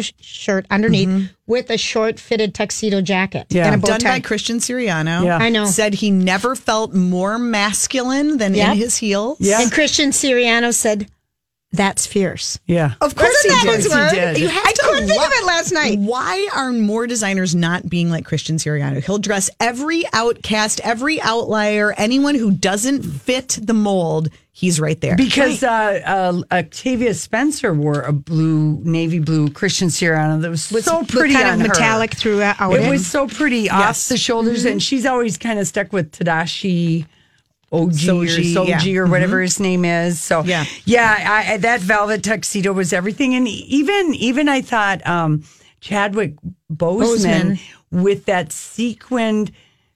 S3: sh- shirt underneath
S2: Mm-hmm.
S3: with a short fitted tuxedo jacket and a bow
S11: done
S3: tie.
S11: by Christian Siriano.
S3: Yeah. I know.
S11: Said he never felt more masculine than
S3: Yep.
S11: in his heels.
S3: And Christian Siriano said, "That's fierce."
S2: Yeah.
S11: Of course
S3: Wasn't
S11: he
S3: that
S11: did.
S3: his word? You have
S11: I
S3: to
S11: couldn't think
S3: love-
S11: of it last night. Why are more designers not being like Christian Siriano? He'll dress every outcast, every outlier, anyone who doesn't fit the mold. He's right there
S2: Because uh, uh, Octavia Spencer wore a blue, navy blue Christian Siriano that was,
S3: Was
S2: so pretty
S3: kind of
S2: on her.
S3: metallic throughout
S2: It
S3: it.
S2: was so pretty off the shoulders,
S3: Mm-hmm.
S2: and she's always kind of stuck with Tadashi. OG
S11: Soji,
S2: or Soji
S11: yeah.
S3: Mm-hmm.
S2: or whatever
S11: Mhm.
S2: his name is. So
S11: Yeah.
S2: yeah, I, I- that velvet tuxedo was everything, and even even I thought um, Chadwick Boseman,
S3: Boseman.
S2: with that sequined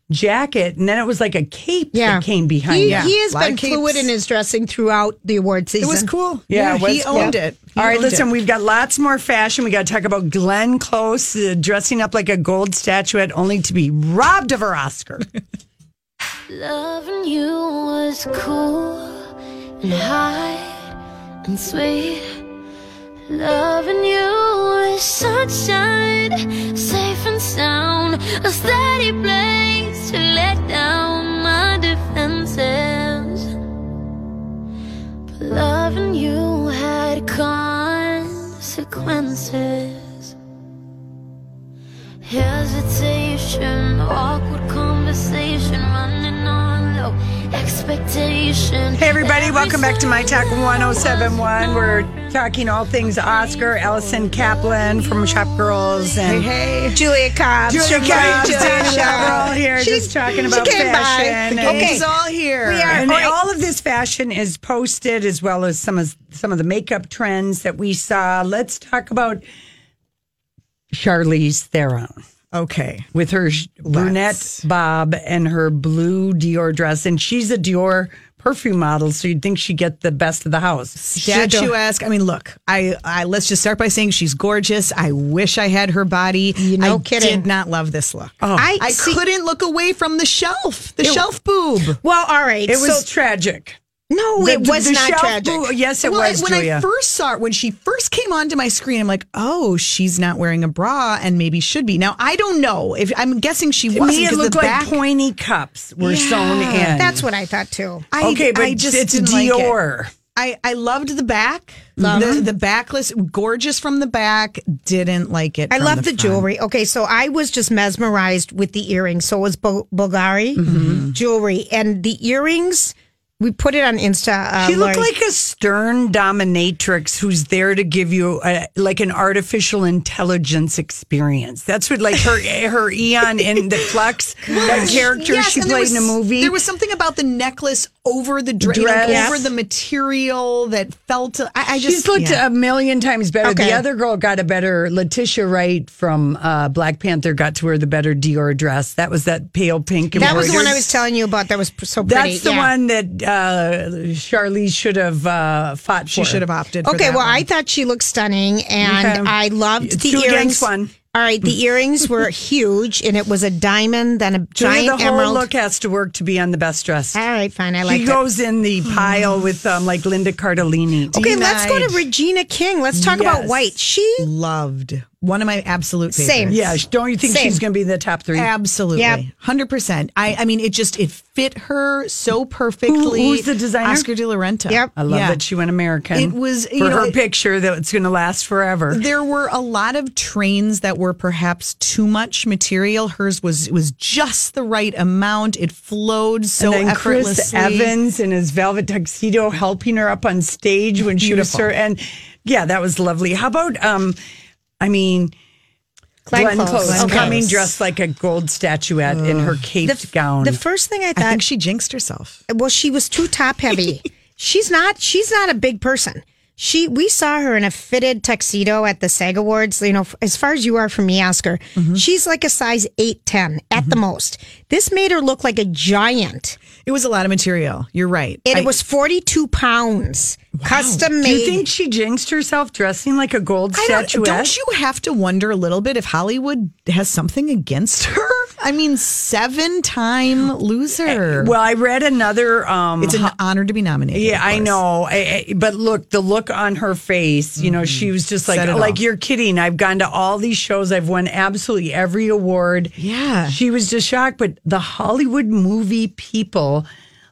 S2: jacket, and then it was like a cape
S3: Yeah.
S2: that came behind.
S3: He,
S2: it.
S3: he has been fluid in his dressing throughout the award season.
S2: Yeah, it
S3: he
S2: was
S3: owned
S2: cool.
S3: it.
S2: All right, listen, we've got lots more fashion. We got to talk about Glenn Close uh, dressing up like a gold statuette only to be robbed of her Oscar.
S7: Loving you was cool and high and sweet. Loving you was sunshine, safe and sound. A steady place to let down my defenses. But loving you had consequences. Hesitation, awkward conversation, running on low expectation.
S2: Hey, everybody, welcome back to My Talk 1071. We're talking all things Oscar, Allison Kaplan from Shop Girls, and
S3: Hey, hey. Julia Cobb.
S2: Julia
S3: Shemai,
S2: Cobb,
S3: Julia
S2: Sasha,
S3: Cobb.
S2: we're all here
S3: She's-
S2: just talking
S3: she
S2: about
S3: came by.
S2: fashion.
S3: The
S2: and-
S3: gang's all here. We are.
S2: And
S3: All right.
S2: all of this fashion is posted as well as some of some of the makeup trends that we saw. Let's talk about Charlize Theron.
S11: Okay.
S2: With her sh- brunette bob and her blue Dior dress. And she's a Dior perfume model, so you'd think she'd get the best of the house.
S11: statuesque. I mean, look, I, I let's just start by saying she's gorgeous. I wish I had her body. You know, I
S3: kidding.
S11: did not love this look.
S2: Oh.
S11: I, I
S3: see-
S11: couldn't look away from the shelf, the
S3: It-
S11: shelf boob.
S3: Well, all right.
S2: It was
S3: so-
S2: tragic.
S3: no,
S11: The-
S3: it
S11: the-
S3: was
S11: the
S3: not
S11: shelf
S3: tragic.
S11: boob-
S2: yes, it
S11: Well, I-
S2: was,
S11: When
S2: Julia.
S11: I first saw it, when she first came onto my screen, I'm like, oh, she's not wearing a bra and maybe should be. Now, I don't know. if I'm guessing she
S2: To
S11: wasn't.
S2: me, it
S11: 'cause the
S2: looked like
S11: back-
S2: pointy cups were
S11: Yeah.
S2: sewn in.
S3: That's what I thought too.
S11: I,
S2: Okay, but
S11: I just
S2: it's
S11: didn't like it.
S2: Dior.
S11: I, I loved the back, the, the backless, gorgeous from the back. Didn't like it.
S3: I
S11: from
S3: love the,
S11: front.
S3: jewelry. Okay, so I was just mesmerized with the earrings. So it was Bul- Bulgari
S2: Mm-hmm.
S3: jewelry, and the earrings. We put it on Insta. Uh,
S11: Um,
S2: She looked
S3: Lori.
S2: like a stern dominatrix who's there to give you a, like an artificial intelligence experience. That's what like her her Eon in the Flux, that character
S11: Yes,
S2: she
S11: and there
S2: played
S11: was-
S2: in a movie.
S11: There was something about the necklace over the dra- you know,
S2: Dress.
S11: over the material that felt. I, I just
S2: She's looked
S11: yeah.
S2: a million times better.
S11: Okay.
S2: The other girl got a better. Letitia Wright from uh, Black Panther got to wear the better Dior dress. That was that pale pink.
S3: that was the one I
S2: embroidered-
S3: was telling you about. That was pr- so pretty.
S2: That's the
S3: yeah.
S2: one that uh, Charlize should have uh, fought
S11: She
S2: for.
S11: should have opted. for
S3: Okay,
S11: that
S3: well,
S11: one.
S3: I thought she looked stunning, and
S2: Okay.
S3: I loved
S2: It's
S3: the
S2: two against
S3: earrings.
S2: one.
S3: All right, the earrings were huge, and it was a diamond, then a
S2: Julia,
S3: giant
S2: the whole
S3: emerald.
S2: look has to work to be on the best dressed.
S3: All right, fine, I like
S2: She
S3: it.
S2: goes in the
S11: Hmm.
S2: pile with um, like Linda Cardellini.
S3: Okay, let's go to
S11: denied.
S3: Regina King. Let's talk about
S2: Yes.
S3: white. She
S11: loved one of my absolute favorites.
S3: Same.
S2: Yeah, sh- don't you think
S3: Same.
S2: she's going to be in the top three?
S3: Yep.
S11: Absolutely, hundred percent. I, I mean, it just it fit her so perfectly.
S2: Who- who's the designer?
S11: Oscar De La Renta.
S3: Yep.
S2: I love
S11: Yeah.
S2: that she went American.
S11: It was,
S2: for
S11: you know,
S2: her
S11: it-
S2: picture that it's going to last forever.
S11: There were a lot of trains that were perhaps too much material. Hers was was just the right amount. It flowed so
S2: and then
S11: effortlessly.
S2: Chris Evans in his velvet tuxedo helping her up on stage when she was
S11: Beautiful.
S2: her and yeah, that was lovely. How about um I mean
S3: Glenn
S2: Glenn
S3: Close.
S2: Close,
S3: Okay.
S2: coming dressed like a gold statuette in her caped gown.
S3: The first thing I
S11: I
S3: thought,
S11: think she jinxed herself.
S3: well, she was too top heavy. she's not. She's not a big person. She, we saw her in a fitted tuxedo at the SAG Awards. You know, f- as far as you are from me, Oscar,
S11: Mm-hmm.
S3: she's like a size eight ten at the most. This made her look like a giant.
S11: It was a lot of material. You're right.
S3: And
S11: I-
S3: it was forty two pounds, custom made.
S2: Do you think she jinxed herself dressing like a gold
S11: I don't,
S2: statuette?
S11: don't you have to wonder a little bit if Hollywood has something against her? I mean, seven time loser.
S2: Well, I read another. Um,
S11: it's an honor to be nominated.
S2: Yeah,
S11: of
S2: I
S11: course.
S2: know. I, I- but look, the look on her face, you know, she was just like,
S11: Mm-hmm. Said it
S2: like
S11: all.
S2: you're kidding. I've gone to all these shows. I've won absolutely every award.
S11: Yeah.
S2: She was just shocked. But the Hollywood movie people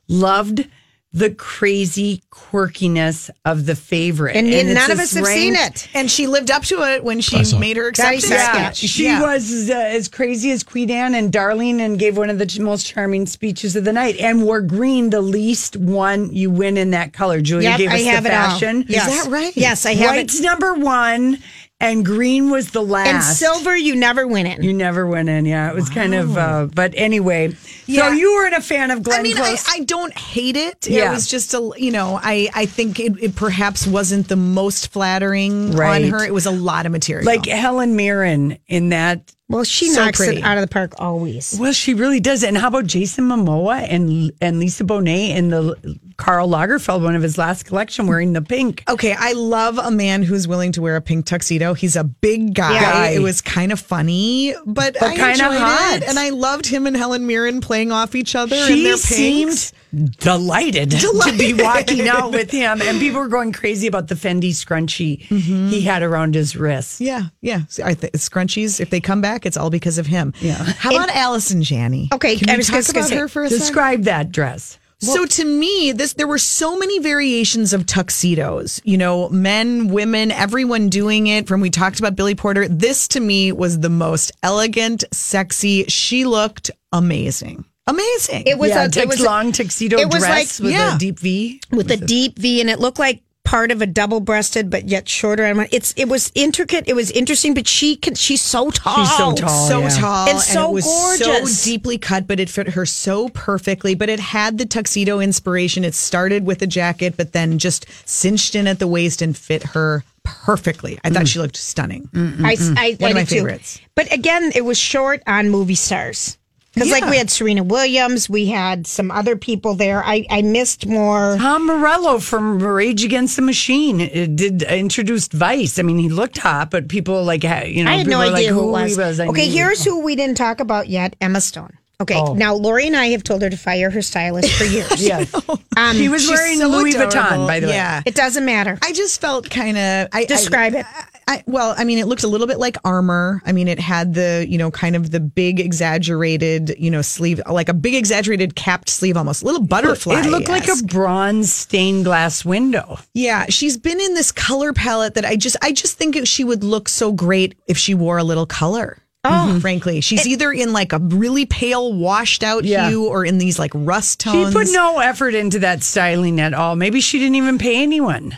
S2: loved the crazy quirkiness of of the favorite.
S3: And none
S2: it's
S3: of
S2: just
S3: us have seen
S2: ranked-
S3: it.
S11: And she lived up to it when
S2: I
S11: she
S2: saw it.
S11: made her
S3: Daddy
S11: acceptance
S2: Yeah,
S11: speech.
S2: she was uh, as crazy as Queen Anne and Darlene, and gave one of the ch- most charming speeches of the night, and wore green, the least one you win in that color. Julia
S3: Yep,
S2: gave us
S3: I have
S2: the
S3: it all.
S2: fashion.
S3: Yes. Is that right? Yes, I have it.
S2: White's number one, and green was the last.
S3: And silver, you never win it.
S2: You never went in. Yeah, it was kind of. Uh, but anyway, so you weren't a fan of Glenn
S11: I mean, I,
S2: Close.
S11: I don't hate it.
S2: Yeah.
S11: It was just a, you know, I, I think it, it perhaps wasn't the most flattering
S2: Right.
S11: on her. It was a lot of material.
S2: like Helen Mirren in that.
S3: Well, she
S2: So
S3: knocks
S2: pretty.
S3: it out of the park always.
S2: Well, she really does. And how about Jason Momoa and and Lisa Bonet in the Carl Lagerfeld one of his last collection wearing the pink?
S11: Okay, I love a man who's willing to wear a pink tuxedo. He's a big guy.
S2: Yeah.
S11: It was kind of funny, but,
S2: But
S11: I
S2: kinda
S11: enjoyed
S2: hot.
S11: it, and I loved him and Helen Mirren playing off each other.
S2: She
S11: and their
S2: seemed
S11: pinks.
S2: delighted, to be
S11: Delighted.
S2: walking out with him, and people were going crazy about the Fendi scrunchie he had around his wrist.
S11: Mm-hmm. Yeah, yeah. So I th- scrunchies. If they come back, it's all because of him. Yeah. How about Allison Janney?
S3: Okay,
S11: Can
S3: I
S11: we
S3: was
S11: talk
S3: just gonna
S11: about
S3: say,
S11: her for a second?
S2: Describe that dress.
S11: so to me, this there were so many variations of tuxedos. You know, men, women, everyone doing it. From we talked about Billy Porter, this to me was the most elegant, sexy. She looked amazing, amazing.
S3: It was
S2: yeah,
S3: a
S2: tux-
S3: it was a-
S2: long tuxedo
S3: it was
S2: dress
S3: like-
S2: with
S3: yeah.
S2: a deep V.
S3: with a deep V, and it looked like part of a double-breasted, but yet shorter. I'm- It's it was intricate. It was interesting, but she can she's so tall.
S2: She's so tall,
S11: Oh, so
S2: yeah.
S11: tall
S3: and so
S11: it was
S3: gorgeous.
S11: so deeply cut but it fit her so perfectly but it had the tuxedo inspiration it started with a jacket but then just cinched in at the waist and fit her perfectly i
S2: Mm.
S11: thought she looked stunning
S3: I, I,
S11: One
S3: I
S11: of my
S3: did too.
S11: favorites.
S3: But again, it was short on movie stars because like
S11: Yeah.
S3: we had Serena Williams, we had some other people there. I I missed more.
S2: Tom Morello from Rage Against the Machine uh, did introduced Vice. I mean, he looked hot, but people like ha- you know,
S3: I had
S2: people
S3: no
S2: were
S3: idea
S2: like,
S3: who it was.
S2: he was. I oh.
S3: okay,
S2: knew-
S3: here's who we didn't talk about yet: Emma Stone. Okay, now Lori and I have told her to fire her stylist for years.
S2: Oh. Yeah.
S3: um,
S2: He was
S11: She's
S2: wearing
S11: so
S2: Louis
S11: adorable.
S2: Vuitton, by the way.
S11: Yeah.
S3: it doesn't matter.
S11: I just felt kind of. I,
S3: Describe
S11: I,
S3: it.
S11: I, I- well, I mean, it looked a little bit like armor. I mean, it had the you know kind of the big exaggerated you know sleeve, like a big exaggerated capped sleeve, almost a little butterfly.
S2: It looked like a bronze stained glass window.
S11: Yeah, she's been in this color palette that I just I just think it- she would look so great if she wore a little color. Oh,
S2: Mm-hmm.
S11: frankly, she's either in like a really pale, washed out
S2: Yeah.
S11: hue, or in these like rust
S2: She
S11: tones.
S2: put no effort into that styling at all. Maybe she didn't even pay anyone.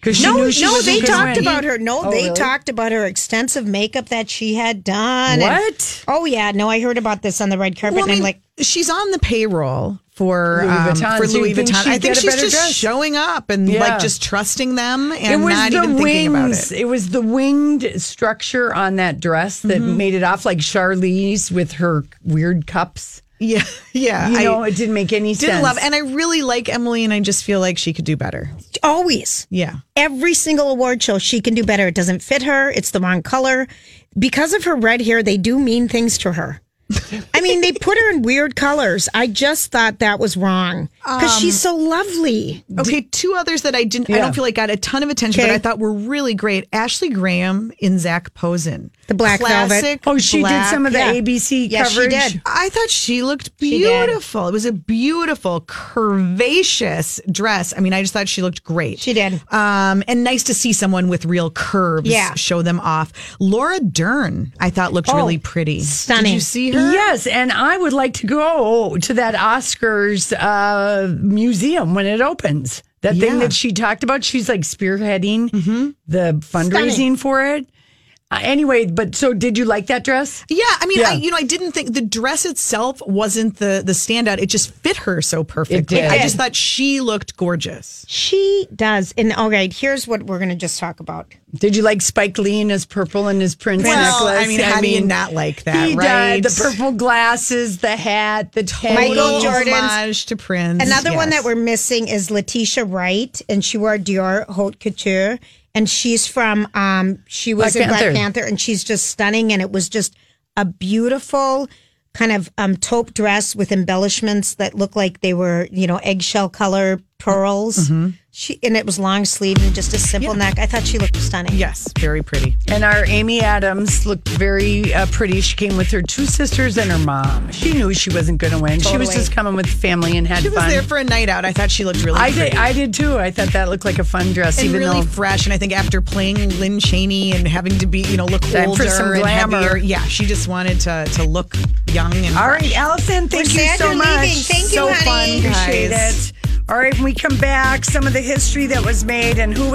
S2: Because she
S3: no,
S2: knew she
S3: no,
S2: wasn't
S3: they
S2: gonna
S3: talked
S2: win.
S3: about her. No,
S2: Oh,
S3: they
S2: really?
S3: talked about her extensive makeup that she had done. and-
S2: What?
S3: oh yeah, no, I heard about this on the red carpet,
S11: Well, I
S3: and I'm
S11: mean,
S3: like,
S11: she's on the payroll for
S2: Louis
S11: um,
S2: Vuitton,
S11: for
S2: so you
S11: Louis
S2: think
S11: Vuitton.
S2: she'd
S11: I
S2: get
S11: think
S2: a
S11: she's
S2: better
S11: just
S2: dress?
S11: showing up and
S2: Yeah.
S11: like just trusting them and not even thinking about
S2: wings.
S11: it.
S2: was the winged structure on that dress that
S11: Mm-hmm.
S2: made it off like Charlize with her weird cups.
S11: Yeah, yeah.
S2: You know,
S11: I
S2: it didn't make any
S11: didn't
S2: sense.
S11: love, and I really like Emily, and I just feel like she could do better.
S3: always,
S11: Yeah.
S3: every single award show, she can do better. It doesn't fit her. It's the wrong color. Because of her red hair, they do mean things to her. I mean, they put her in weird colors. I just thought that was wrong because she's so lovely.
S11: Okay, two others that I didn't. I
S2: Yeah.
S11: don't feel like got a ton of attention,
S3: Okay.
S11: but I thought were really great. Ashley Graham in Zach Posen,
S3: The black velvet.
S11: classic.
S2: Oh, she
S11: black-
S2: did some of the
S3: yeah.
S2: ABC
S3: Yeah, she
S2: coverage.
S3: did.
S11: I thought she looked
S3: did.
S11: beautiful. it was a beautiful, curvaceous dress. I mean, I just thought she looked great.
S3: She did.
S11: Um, and nice to see someone with real curves
S3: Yeah.
S11: show them off. Laura Dern, I thought looked really pretty. Did
S3: stunning.
S11: you see her?
S2: Yes, and I would like to go to that Oscars uh, museum when it opens. That thing
S11: Yeah.
S2: that she talked about, she's like spearheading the fundraising
S3: Stunning.
S2: for it.
S10: Uh, anyway, but so did you like that dress?
S2: Yeah, I mean, I, you know, I didn't think the dress itself wasn't the the standout. It just fit her so perfectly.
S3: did.
S2: I just thought she looked gorgeous.
S3: She does. And all right, here's what we're going to just talk about.
S10: Did you like Spike Lee and his purple and his prince
S2: Well,
S10: necklace?
S2: I mean, how do you not like that,
S10: he
S2: right?
S10: died, the purple glasses, the hat, the total
S3: Michael Jordan's-
S2: homage to Prince.
S3: Another one
S2: Yes.
S3: that we're missing is Letitia Wright, and she wore Dior Haute Couture, and she's from um she was
S10: Black
S3: in
S10: Panther.
S3: Black Panther, and she's just stunning, and it was just a beautiful kind of um taupe dress with embellishments that looked like they were you know eggshell color pearls.
S10: Mm-hmm.
S3: She and it was long sleeve and just a simple neck. I thought she looked stunning.
S2: Yes, very pretty.
S10: And our Amy Adams looked very uh, pretty. She came with her two sisters and her mom. She knew she wasn't going to win. She was
S2: Totally.
S10: just coming with family and had
S2: She was
S10: fun.
S2: there for a night out. I thought she looked really.
S10: I
S2: pretty.
S10: did. I did too. I thought that looked like a fun dress,
S2: and
S10: even
S2: really
S10: though
S2: fresh. And I think after playing Lynn Cheney and having to be, you know, look
S10: Time for
S2: older
S10: some
S2: and
S10: glamour.
S2: heavier, yeah, she just wanted to to look young and.
S10: All
S2: fresh.
S10: right, Allison, thank
S3: We're
S10: you
S3: sad
S10: so
S3: you're
S10: much.
S3: leaving. Thank you,
S10: so
S3: honey.
S10: fun. Appreciate
S2: Guys.
S10: it. All right, when we come back, some of the history that was made and who